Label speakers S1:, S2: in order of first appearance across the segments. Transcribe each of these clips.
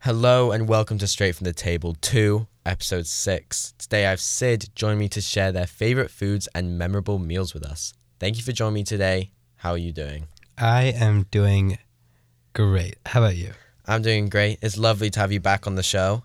S1: Hello and welcome to Straight from the Table 2, episode 6. Today I have Sid join me to share their favorite foods and memorable meals with us. Thank you for joining me today. How are you doing?
S2: I am doing great. How about you?
S1: I'm doing great. It's lovely to have you back on the show.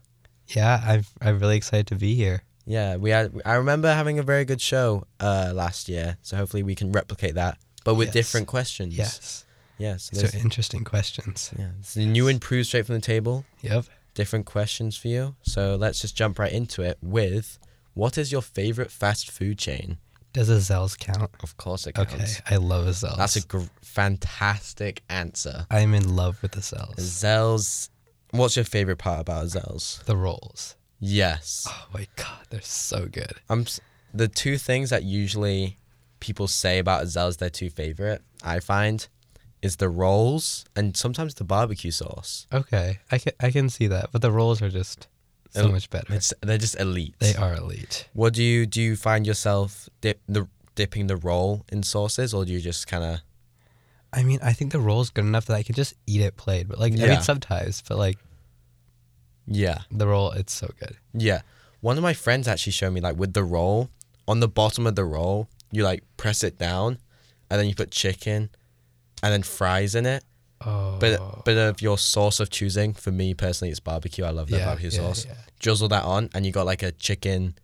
S2: Yeah, I'm I'm really excited to be here.
S1: Yeah, we had I remember having a very good show uh last year, so hopefully we can replicate that but with
S2: Yes.
S1: different questions.
S2: Yes.
S1: Yes.
S2: So
S1: there's
S2: interesting questions.
S1: yeah, it's the new improved Straight from the Table.
S2: Yep.
S1: different questions for you. So let's just jump right into it with what is your favorite fast food chain?
S2: Does Azels count?
S1: Of course it counts.
S2: Okay. I love Azels.
S1: That's a gr- fantastic answer.
S2: I'm in love with Azels.
S1: Zell's. What's your favorite part about Zell's?
S2: The rolls.
S1: Yes.
S2: Oh my god, they're so good.
S1: I'm s- the two things that usually people say about Zell's their two favorite, I find, is the rolls and sometimes the barbecue sauce.
S2: Okay. I can I can see that, but the rolls are just so
S1: Oh,
S2: much better.
S1: It's, they're just elite.
S2: They are elite.
S1: What do you do? You find yourself dip the dipping the roll in sauces, or do you just kind of
S2: I mean, I think the roll's good enough that I can just eat it plain, but like I
S1: Yeah.
S2: mean sometimes, but like
S1: yeah
S2: the roll, it's so good.
S1: yeah? One of my friends actually showed me like with the roll on the bottom of the roll, you like press it down, and then you put chicken, and then fries in it.
S2: Oh
S1: But bit of your sauce of choosing. For me personally, it's barbecue. I love that
S2: Yeah,
S1: barbecue
S2: yeah,
S1: sauce.
S2: yeah.
S1: Drizzle that on, and you got like a chicken,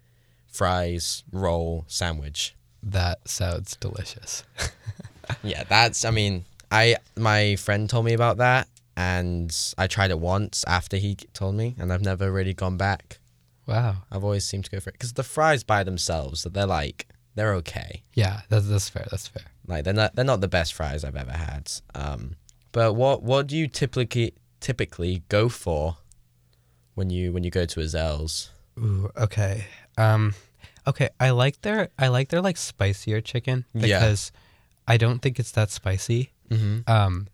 S1: fries, roll sandwich.
S2: that sounds delicious.
S1: Yeah, that's. I mean, I my friend told me about that, and I tried it once after he told me, and I've never really gone back.
S2: Wow.
S1: I've always seemed to go for it because the fries by themselves, they're like they're okay.
S2: Yeah, that's that's fair. That's fair.
S1: Like they're not they're not the best fries I've ever had. Um, but what what do you typically typically go for when you when you go to Azell's?
S2: Ooh, okay. Um, okay. I like their I like their like spicier chicken
S1: Yeah.
S2: because I don't think it's that spicy.
S1: Mm-hmm.
S2: Um,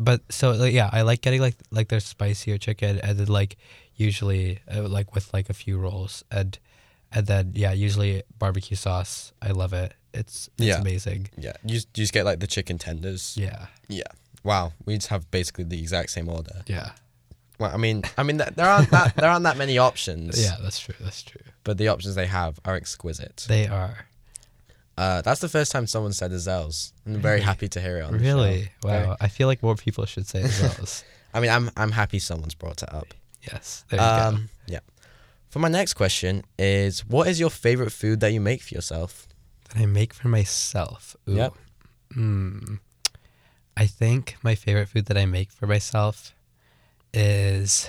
S2: but so like, yeah, I like getting like like their spicier chicken and then like usually uh, like with like a few rolls and and then yeah, usually barbecue sauce. I love it. It's it's
S1: Yeah.
S2: amazing.
S1: Yeah, you just, you just get like the chicken tenders.
S2: Yeah.
S1: Yeah. Wow, we just have basically the exact same order.
S2: Yeah.
S1: Well, I mean, I mean, th- there aren't that there aren't that many options.
S2: Yeah, that's true. That's true.
S1: But the options they have are exquisite.
S2: They are.
S1: Uh, that's the first time someone said Azell's. I'm very happy to hear it. On the show.
S2: Really?
S1: Very-
S2: Wow. I feel like more people should say those.
S1: I mean, I'm I'm happy someone's brought it up.
S2: yes. There you go.
S1: Um, yeah. For my next question is, what is your favorite food that you make for yourself?
S2: that I make for myself. Ooh.
S1: Yep.
S2: Hmm. I think my favorite food that I make for myself is.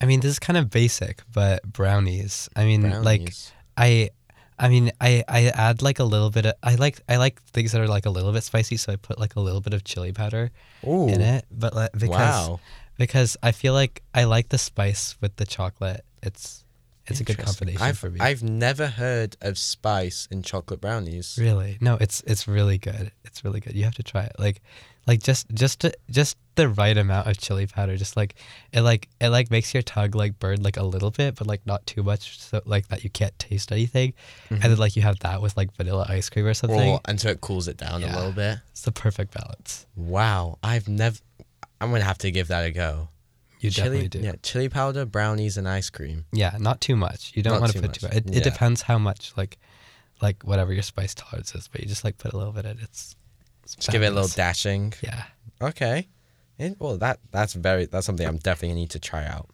S2: I mean, this is kind of basic, but brownies. I mean, Mm, like
S1: Brownies.
S2: I, I mean, I I add like a little bit of I like I like things that are like a little bit spicy, so I put like a little bit of chili powder
S1: Ooh,
S2: in it. But like, because
S1: wow.
S2: because I feel like I like the spice with the chocolate. It's it's a good
S1: Interesting.
S2: combination
S1: I've,
S2: for me.
S1: I've never heard of spice in chocolate brownies.
S2: Really? No, it's it's really good. It's really good. You have to try it. Like like just just to, just the right amount of chili powder. Just like it like it like makes your tongue like burn like a little bit, but like not too much so like that you can't taste anything. And
S1: Mm-hmm.
S2: then like you have that with like vanilla ice cream or something.
S1: Or until it cools it down a
S2: Yeah.
S1: little bit.
S2: It's the perfect balance.
S1: Wow, I've never. I'm gonna have to give that a go.
S2: You
S1: chili,
S2: definitely do.
S1: yeah, chili powder, brownies, and ice cream.
S2: Yeah. not too much. You don't
S1: Not
S2: want
S1: too
S2: to put
S1: much.
S2: too much. It,
S1: Yeah.
S2: it depends how much like like whatever your spice tolerance is, but you just like put a little bit in. It's, it's
S1: Just give it a little
S2: fabulous.
S1: dashing.
S2: Yeah.
S1: Okay. It- well, that that's very that's something I'm definitely gonna need to try out.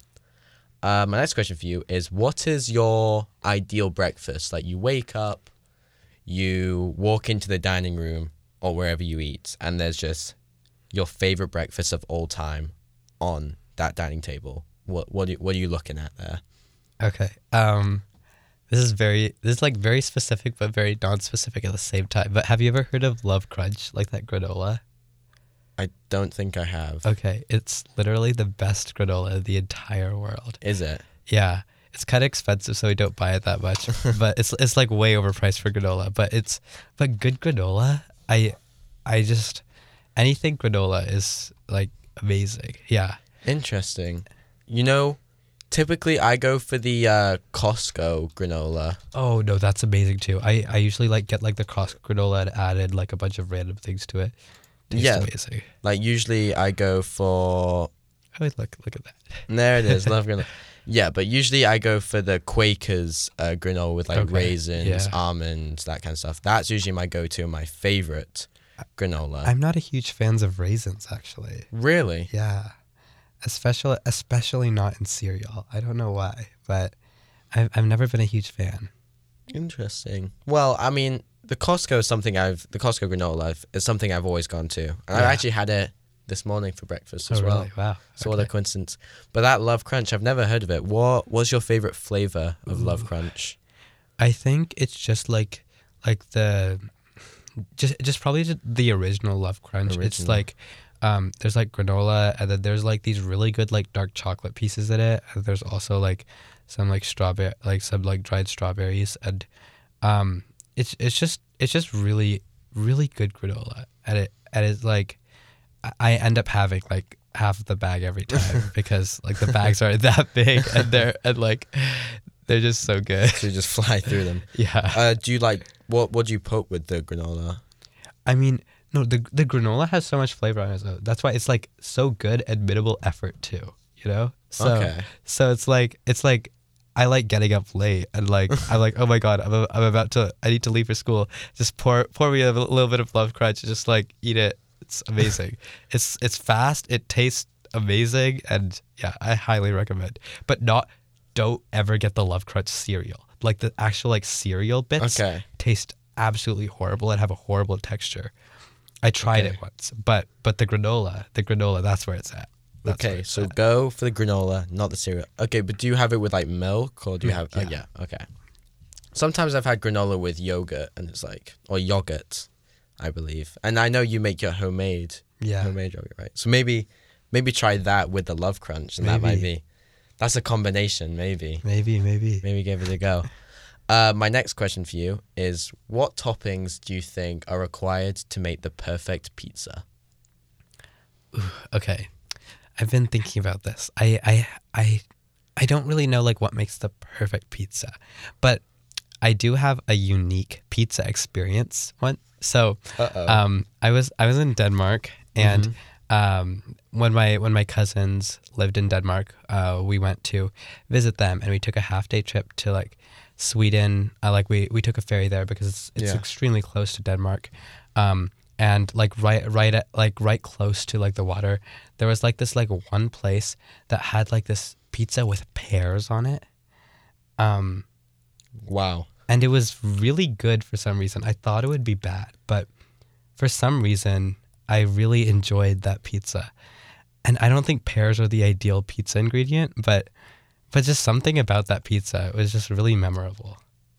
S1: Uh, my next question for you is: What is your ideal breakfast? Like you wake up, you walk into the dining room or wherever you eat, and there's just your favorite breakfast of all time on that dining table. What what are you, what are you looking at there?
S2: Okay. Um, this is very this is like very specific but very non-specific at the same time. But have you ever heard of Love Crunch, like that granola?
S1: I don't think I have.
S2: Okay, it's literally the best granola in the entire world.
S1: Is it?
S2: Yeah, it's kind of expensive, so we don't buy it that much. but it's it's like way overpriced for granola. But it's but good granola. I I just anything granola is like amazing. Yeah.
S1: Interesting. You know, typically I go for the uh, Costco granola.
S2: Oh no, that's amazing too. I I usually like get like the Costco granola and added like a bunch of random things to it. Tastes
S1: Yeah.
S2: amazing.
S1: Like usually I go for
S2: Oh, look, look at that.
S1: And there it is, love granola. Yeah, but usually I go for the Quakers uh, granola with like
S2: Okay,
S1: raisins,
S2: yeah.
S1: almonds, that kind of stuff. That's usually my go-to, my favorite granola.
S2: I'm not a huge fans of raisins, actually.
S1: really?
S2: Yeah, especially especially not in cereal. I don't know why, but I've I've never been a huge fan.
S1: Interesting. Well, I mean, the Costco is something I've the Costco granola I've- is something I've always gone to. And I
S2: Yeah.
S1: actually had it this morning for breakfast as
S2: oh,
S1: well.
S2: really? Wow.
S1: So what a coincidence. But that Love Crunch, I've never heard of it. What was your favorite flavor of Love Crunch?
S2: I think it's just like like the just just probably just the original Love Crunch. It's
S1: Original.
S2: like um there's like granola and then there's like these really good like dark chocolate pieces in it. And there's also like some like strawberry like some like dried strawberries and um it's it's just it's just really really good granola and it and it's like I- I end up having like half of the bag every time because like the bags are that big and they're and like they're just so good.
S1: So you just fly through them.
S2: Yeah.
S1: Uh, do you like what? What do you put with the granola?
S2: I mean, no, the the granola has so much flavor on it. though. That's why it's like so good at minimal effort too. You know. So,
S1: Okay.
S2: So it's like it's like I like getting up late and like I'm like oh my god I'm, a, I'm about to I need to leave for school. Just pour pour me a little bit of love crunch. and Just like eat it. It's amazing. it's it's fast. It tastes amazing and yeah, I highly recommend. But not don't ever get the love crunch cereal. Like the actual like cereal bits
S1: Okay.
S2: taste absolutely horrible and have a horrible texture. I tried
S1: Okay.
S2: it once, but but the granola, the granola, that's where it's at. That's where
S1: Okay,
S2: it's
S1: so
S2: at.
S1: go for the granola, not the cereal. Okay, but do you have it with like milk or do you have? oh,
S2: Milk,
S1: Mm, Yeah. yeah. Okay. Sometimes I've had granola with yogurt, and it's like or yogurt, I believe. And I know you make your homemade
S2: yeah,
S1: homemade yogurt, right? So maybe maybe try that with the love crunch, and that might
S2: Maybe.
S1: be. That's a combination, maybe.
S2: maybe maybe.
S1: Maybe give it a go. Uh, my next question for you is: What toppings do you think are required to make the perfect pizza?
S2: Okay, I've been thinking about this. I I I I don't really know like what makes the perfect pizza, but I do have a unique pizza experience. One so.
S1: Uh-oh. Mm-hmm.
S2: um, I was I was in Denmark, and um, when my when my cousins lived in Denmark, uh, we went to visit them, and we took a half day trip to like Sweden. Uh, like we we took a ferry there because it's, it's
S1: Yeah.
S2: extremely close to Denmark, um, and like right right at, like right close to like the water, there was like this like one place that had like this pizza with pears on it. Um,
S1: wow.
S2: and it was really good for some reason. I thought it would be bad, but for some reason, I really enjoyed that pizza. And I don't think pears are the ideal pizza ingredient, but but just something about that pizza was just really memorable.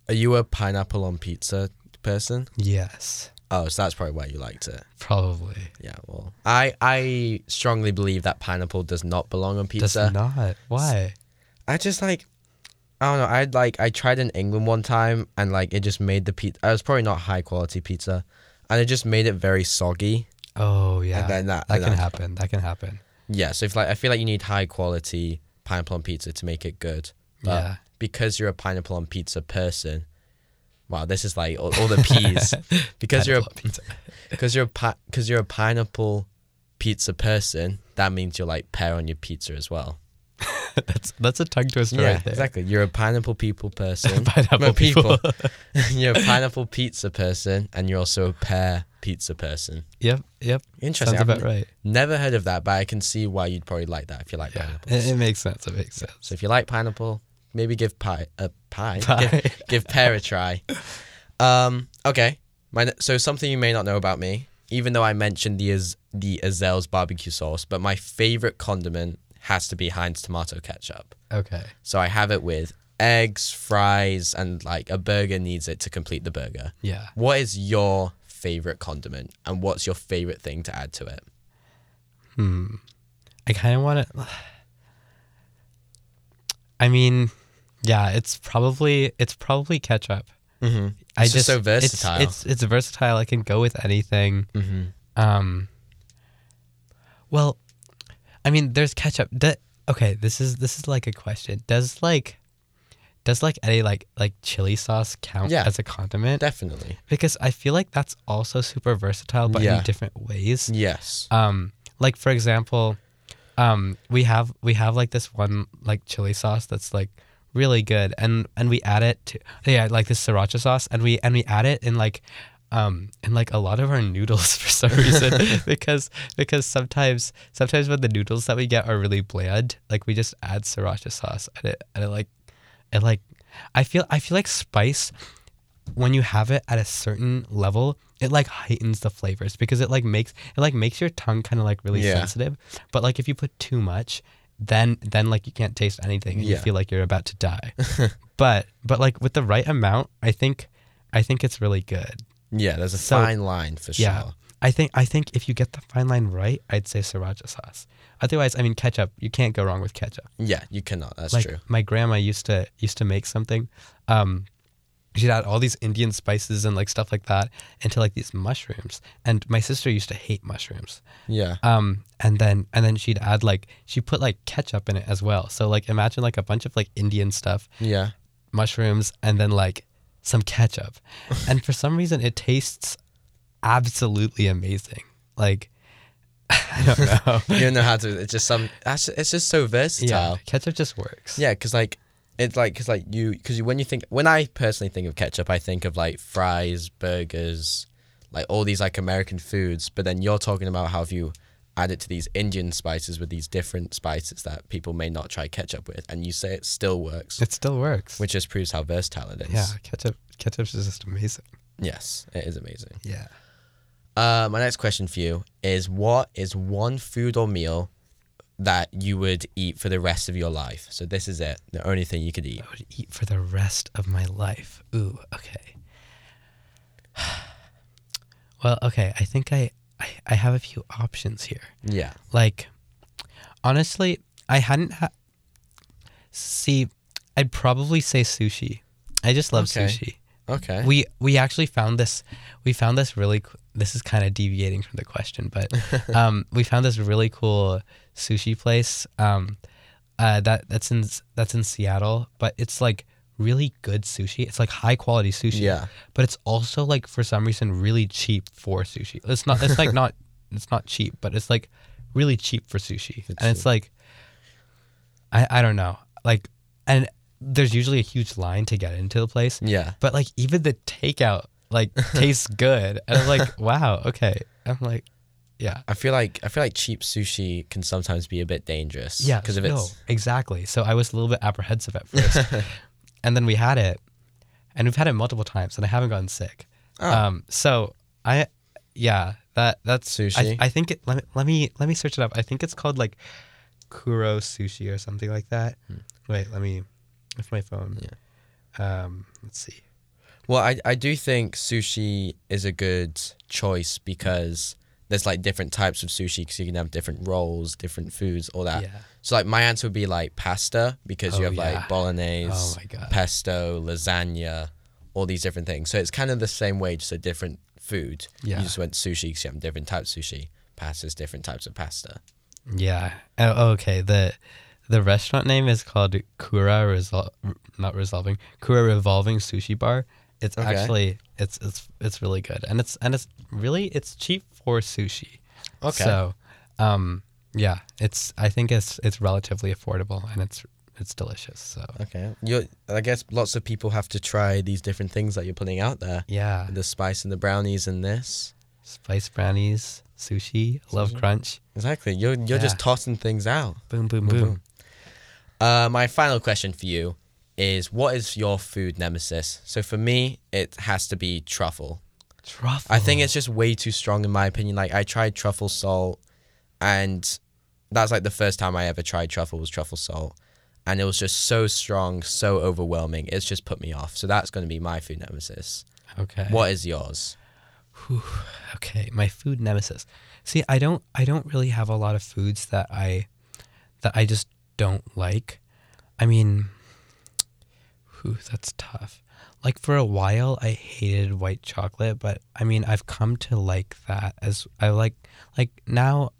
S1: Are you a pineapple on pizza person?
S2: Yes,
S1: Oh, so that's probably why you liked it.
S2: probably.
S1: Yeah, well, I I strongly believe that pineapple does not belong on pizza.
S2: Does not. Why?
S1: I just like, I don't know. I like I tried in England one time and like it just made the pizza. It was probably not high quality pizza, and it just made it very soggy.
S2: Oh yeah.
S1: And then that,
S2: that
S1: and
S2: can
S1: that-
S2: happen. That can happen.
S1: Yeah, so if like I feel like you need high quality pineapple on pizza to make it good. But
S2: Yeah.
S1: because you're a pineapple on pizza person, wow, this is like all, all the peas. because you're a,
S2: Pineapple pizza.
S1: because you're a because you're a pineapple pizza person, that means you're like pear on your pizza as well.
S2: that's that's a tongue twister
S1: yeah,
S2: right there.
S1: exactly. You're a pineapple people person.
S2: Pineapple
S1: Well,
S2: people.
S1: you're a pineapple pizza person, and you're also a pear pizza person.
S2: yep. Yep.
S1: Interesting.
S2: Sounds
S1: I've
S2: about
S1: n-
S2: right.
S1: Never heard of that, but I can see why you'd probably like that if you like
S2: Yeah.
S1: pineapple.
S2: It, it makes sense. It makes sense.
S1: So if you like pineapple, maybe give pie a pie.
S2: Pie.
S1: Give, give pear a try. Um, okay. My, ne- so something you may not know about me, even though I mentioned the Az- the Azel's barbecue sauce, but my favorite condiment has to be Heinz tomato ketchup.
S2: Okay.
S1: So I have it with eggs, fries, and like a burger needs it to complete the burger.
S2: Yeah.
S1: What is your favorite condiment, and what's your favorite thing to add to it?
S2: Hmm. I kind of want to. I mean, yeah, it's probably it's probably ketchup.
S1: Mm-hmm.
S2: I
S1: It's just so
S2: it's-
S1: versatile.
S2: It's, it's versatile. I can go with anything.
S1: Mm-hmm.
S2: Um. Well, I mean, there's ketchup. Do- okay, this is this is like a question. Does like, does like any like like chili sauce count
S1: Yeah.
S2: as a condiment?
S1: Definitely.
S2: because I feel like that's also super versatile, but
S1: Yeah.
S2: in different ways.
S1: Yes.
S2: Um, like for example, um we have we have like this one like chili sauce that's like really good and and we add it to yeah like this sriracha sauce and we and we add it in like um in like a lot of our noodles for some reason because because sometimes sometimes when the noodles that we get are really bland like we just add sriracha sauce and it and it like it like I feel I feel like spice when you have it at a certain level, it like heightens the flavors because it like makes it like makes your tongue kind of like really
S1: Yeah.
S2: sensitive. But like if you put too much, then then like you can't taste anything and you
S1: Yeah.
S2: feel like you're about to die. but but like with the right amount, I think I think it's really good.
S1: Yeah, there's a
S2: So-
S1: fine line for sure.
S2: Yeah. I think I think if you get the fine line right, I'd say sriracha sauce. Otherwise, I mean ketchup, you can't go wrong with ketchup.
S1: Yeah, you cannot. That's
S2: like
S1: true.
S2: my grandma used to used to make something um she'd add all these indian spices and like stuff like that into like these mushrooms and my sister used to hate mushrooms
S1: Yeah.
S2: um and then and then she'd add like she put like ketchup in it as well so like imagine like a bunch of like indian stuff
S1: Yeah.
S2: mushrooms and then like some ketchup and for some reason it tastes absolutely amazing like i don't know
S1: You don't know how to. It's just some. That's. It's just so
S2: yeah
S1: versatile.
S2: ketchup just works
S1: Yeah, because like, it's like because like you because you, when you think when I personally think of ketchup, I think of like fries, burgers, like all these like American foods. But then you're talking about how if you add it to these Indian spices with these different spices that people may not try ketchup with, and you say it still works,
S2: it still works
S1: which just proves how versatile it is.
S2: Yeah, ketchup. Ketchup's is just amazing.
S1: Yes, it is amazing.
S2: Yeah.
S1: Uh, my next question for you is what is one food or meal that you would eat for the rest of your life? So this is it, the only thing you could eat.
S2: I would eat for the rest of my life. Ooh, okay. Well, okay. I think I, I I have a few options here.
S1: Yeah.
S2: Like, honestly, I hadn't ha- see. I'd probably say sushi. I just love
S1: Okay.
S2: sushi.
S1: Okay.
S2: We we actually found this. We found this really. c- This is kind of deviating from the question, but um, we found this really cool sushi place. Um, uh, that that's in that's in Seattle, but it's like really good sushi. It's like high quality sushi.
S1: Yeah.
S2: But it's also like for some reason really cheap for sushi. It's not. It's like not. It's not cheap, but it's like really cheap for sushi, and it's like. I I don't know like and there's usually a huge line to get into the place
S1: Yeah.
S2: but like even the takeout like tastes good and i'm like wow okay i'm like yeah
S1: I feel like I feel like cheap sushi can sometimes be a bit dangerous.
S2: yeah
S1: Because if
S2: no,
S1: it's
S2: exactly so i was a little bit apprehensive at first and then we had it and we've had it multiple times and i haven't gotten sick
S1: Oh.
S2: um so i yeah that that's I-
S1: Sushi?
S2: I, think it let me, let me let me search it up i think it's called like kuro sushi or something like that
S1: Hmm.
S2: wait let me with my phone um let's see
S1: well, I I do think sushi is a good choice because there's like different types of sushi because you can have different rolls, different foods, all that.
S2: Yeah.
S1: So like my answer would be like pasta because you
S2: Oh,
S1: have
S2: yeah.
S1: like bolognese,
S2: Oh my God.
S1: pesto, lasagna, all these different things. So it's kind of the same way, just a different food.
S2: Yeah.
S1: You just went sushi because you have different types of sushi. Pasta's different types of pasta.
S2: Yeah. Oh, okay. The the restaurant name is called Kura Resol- not resolving Kura Revolving Sushi Bar. It's
S1: Okay.
S2: actually it's it's it's really good and it's and it's really it's cheap for sushi.
S1: Okay.
S2: So, um, yeah, it's I think it's it's relatively affordable and it's it's delicious. So
S1: Okay. You I guess lots of people have to try these different things that you're putting out there.
S2: yeah,
S1: The spice and the brownies and this.
S2: spice brownies, sushi, love crunch,
S1: Exactly. You're you're just
S2: Yeah.
S1: tossing things out.
S2: boom boom boom.
S1: Uh, my final question for you is what is your food nemesis? So for me, it has to be truffle.
S2: Truffle.
S1: I think it's just way too strong in my opinion. Like I tried truffle salt and that's like the first time I ever tried truffle was truffle salt. And it was just so strong, so overwhelming. It's just put me off. So that's gonna be my food nemesis.
S2: okay.
S1: What is yours?
S2: Whew, okay, my food nemesis. See, I don't I don't really have a lot of foods that I that I just don't like. I mean, whew, that's tough. Like for a while I hated white chocolate, but I mean, I've come to like that as I like like now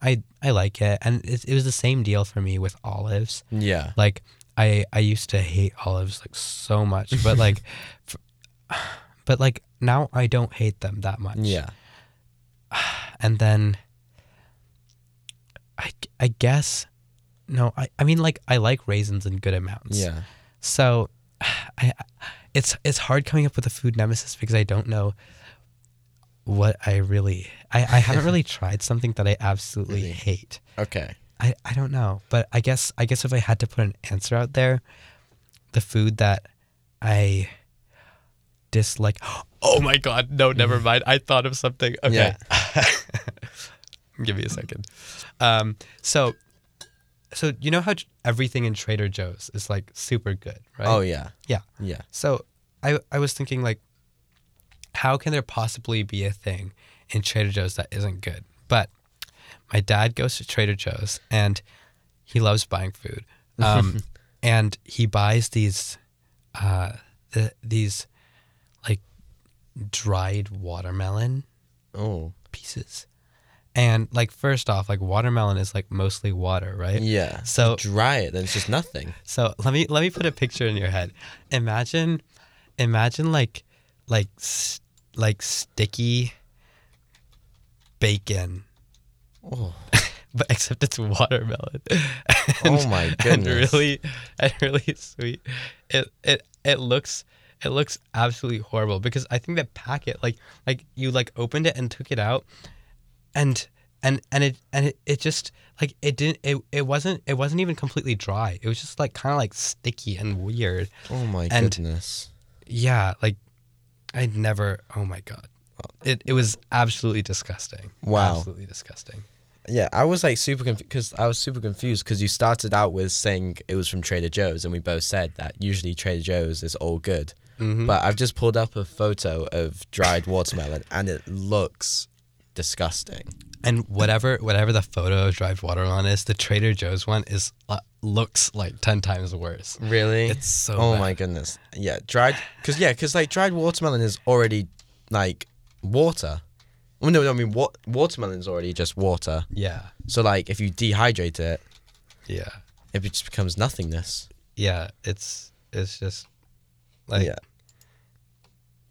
S2: I I like it and it, it was the same deal for me with olives
S1: Yeah.
S2: like I I used to hate olives like so much, but like, f- but like now I don't hate them that much.
S1: Yeah.
S2: And then I, I guess no I, I mean like I like raisins in good amounts
S1: Yeah.
S2: so I it's it's hard coming up with a food nemesis because I don't know what I really I, I haven't really tried something that I absolutely
S1: Really?
S2: hate
S1: Okay.
S2: I, I don't know, but I guess I guess if I had to put an answer out there, the food that I dislike. Oh my god,
S1: Mm.
S2: no, never mind. I thought of something. Okay. Give me a second. Um, so so you know how j- everything in Trader Joe's is like super good, right?
S1: Oh yeah.
S2: Yeah.
S1: Yeah.
S2: So I I was thinking like how can there possibly be a thing in Trader Joe's that isn't good? But my dad goes to Trader Joe's and he loves buying food. Um, and he buys these uh, the, these like dried watermelon
S1: Oh.
S2: pieces. And like first off, like watermelon is like mostly water, right?
S1: Yeah.
S2: So-
S1: dry it, then it's just nothing.
S2: So let me let me put a picture in your head. Imagine, imagine like like s- like sticky bacon,
S1: Oh.
S2: but except it's watermelon.
S1: Oh my goodness.
S2: And really and really sweet. It it it looks it looks absolutely horrible because I think that packet like like you like opened it and took it out and and and it and it, it just like it didn't it, it wasn't it wasn't even completely dry. It was just like kind of like sticky and weird.
S1: Oh my
S2: And-
S1: goodness.
S2: Yeah, like I'd never oh my god. It it was absolutely disgusting.
S1: Wow.
S2: Absolutely disgusting.
S1: Yeah, I was like super confused because I was super confused because you started out with saying it was from Trader Joe's, and we both said that usually Trader Joe's is all good.
S2: Hmm. Mm-hmm.
S1: But I've just pulled up a photo of dried watermelon, and it looks disgusting.
S2: And whatever whatever the photo of dried watermelon is, the Trader Joe's one is uh, looks like ten times worse.
S1: Really?
S2: It's so
S1: Oh
S2: bad.
S1: my goodness. Yeah, dried. Because yeah, because like dried watermelon is already like water. Well, no, no, I mean what watermelon's already just water.
S2: Yeah,
S1: So like if you dehydrate it,
S2: yeah,
S1: it be- just becomes nothingness.
S2: yeah. It's it's just like
S1: yeah.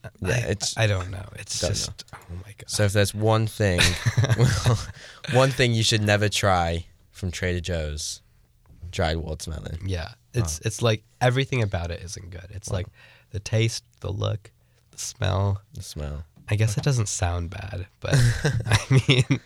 S2: I,
S1: Yeah, it's-
S2: I don't know. It's
S1: Don't know.
S2: just oh my god.
S1: So if there's one thing, one thing you should never try from Trader Joe's, dried watermelon.
S2: Yeah, it's it's like everything about it isn't good. It's like the taste, the look, the smell.
S1: The smell.
S2: I guess it doesn't sound bad, but I mean,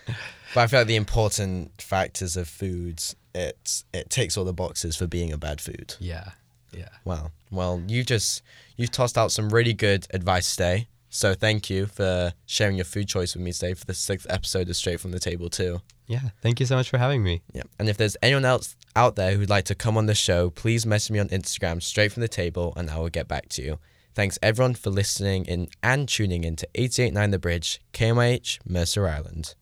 S1: But I feel like the important factors of foods, it's it ticks all the boxes for being a bad food.
S2: yeah, yeah.
S1: Wow. Well, you just you've tossed out some really good advice today. So thank you for sharing your food choice with me today for the sixth episode of Straight from the Table too.
S2: Yeah, thank you so much for having me.
S1: Yeah. And if there's anyone else out there who'd like to come on the show, please message me on Instagram straight from the table and I will get back to you. Thanks everyone for listening in and tuning in to 889 The Bridge, KMH, Mercer Island.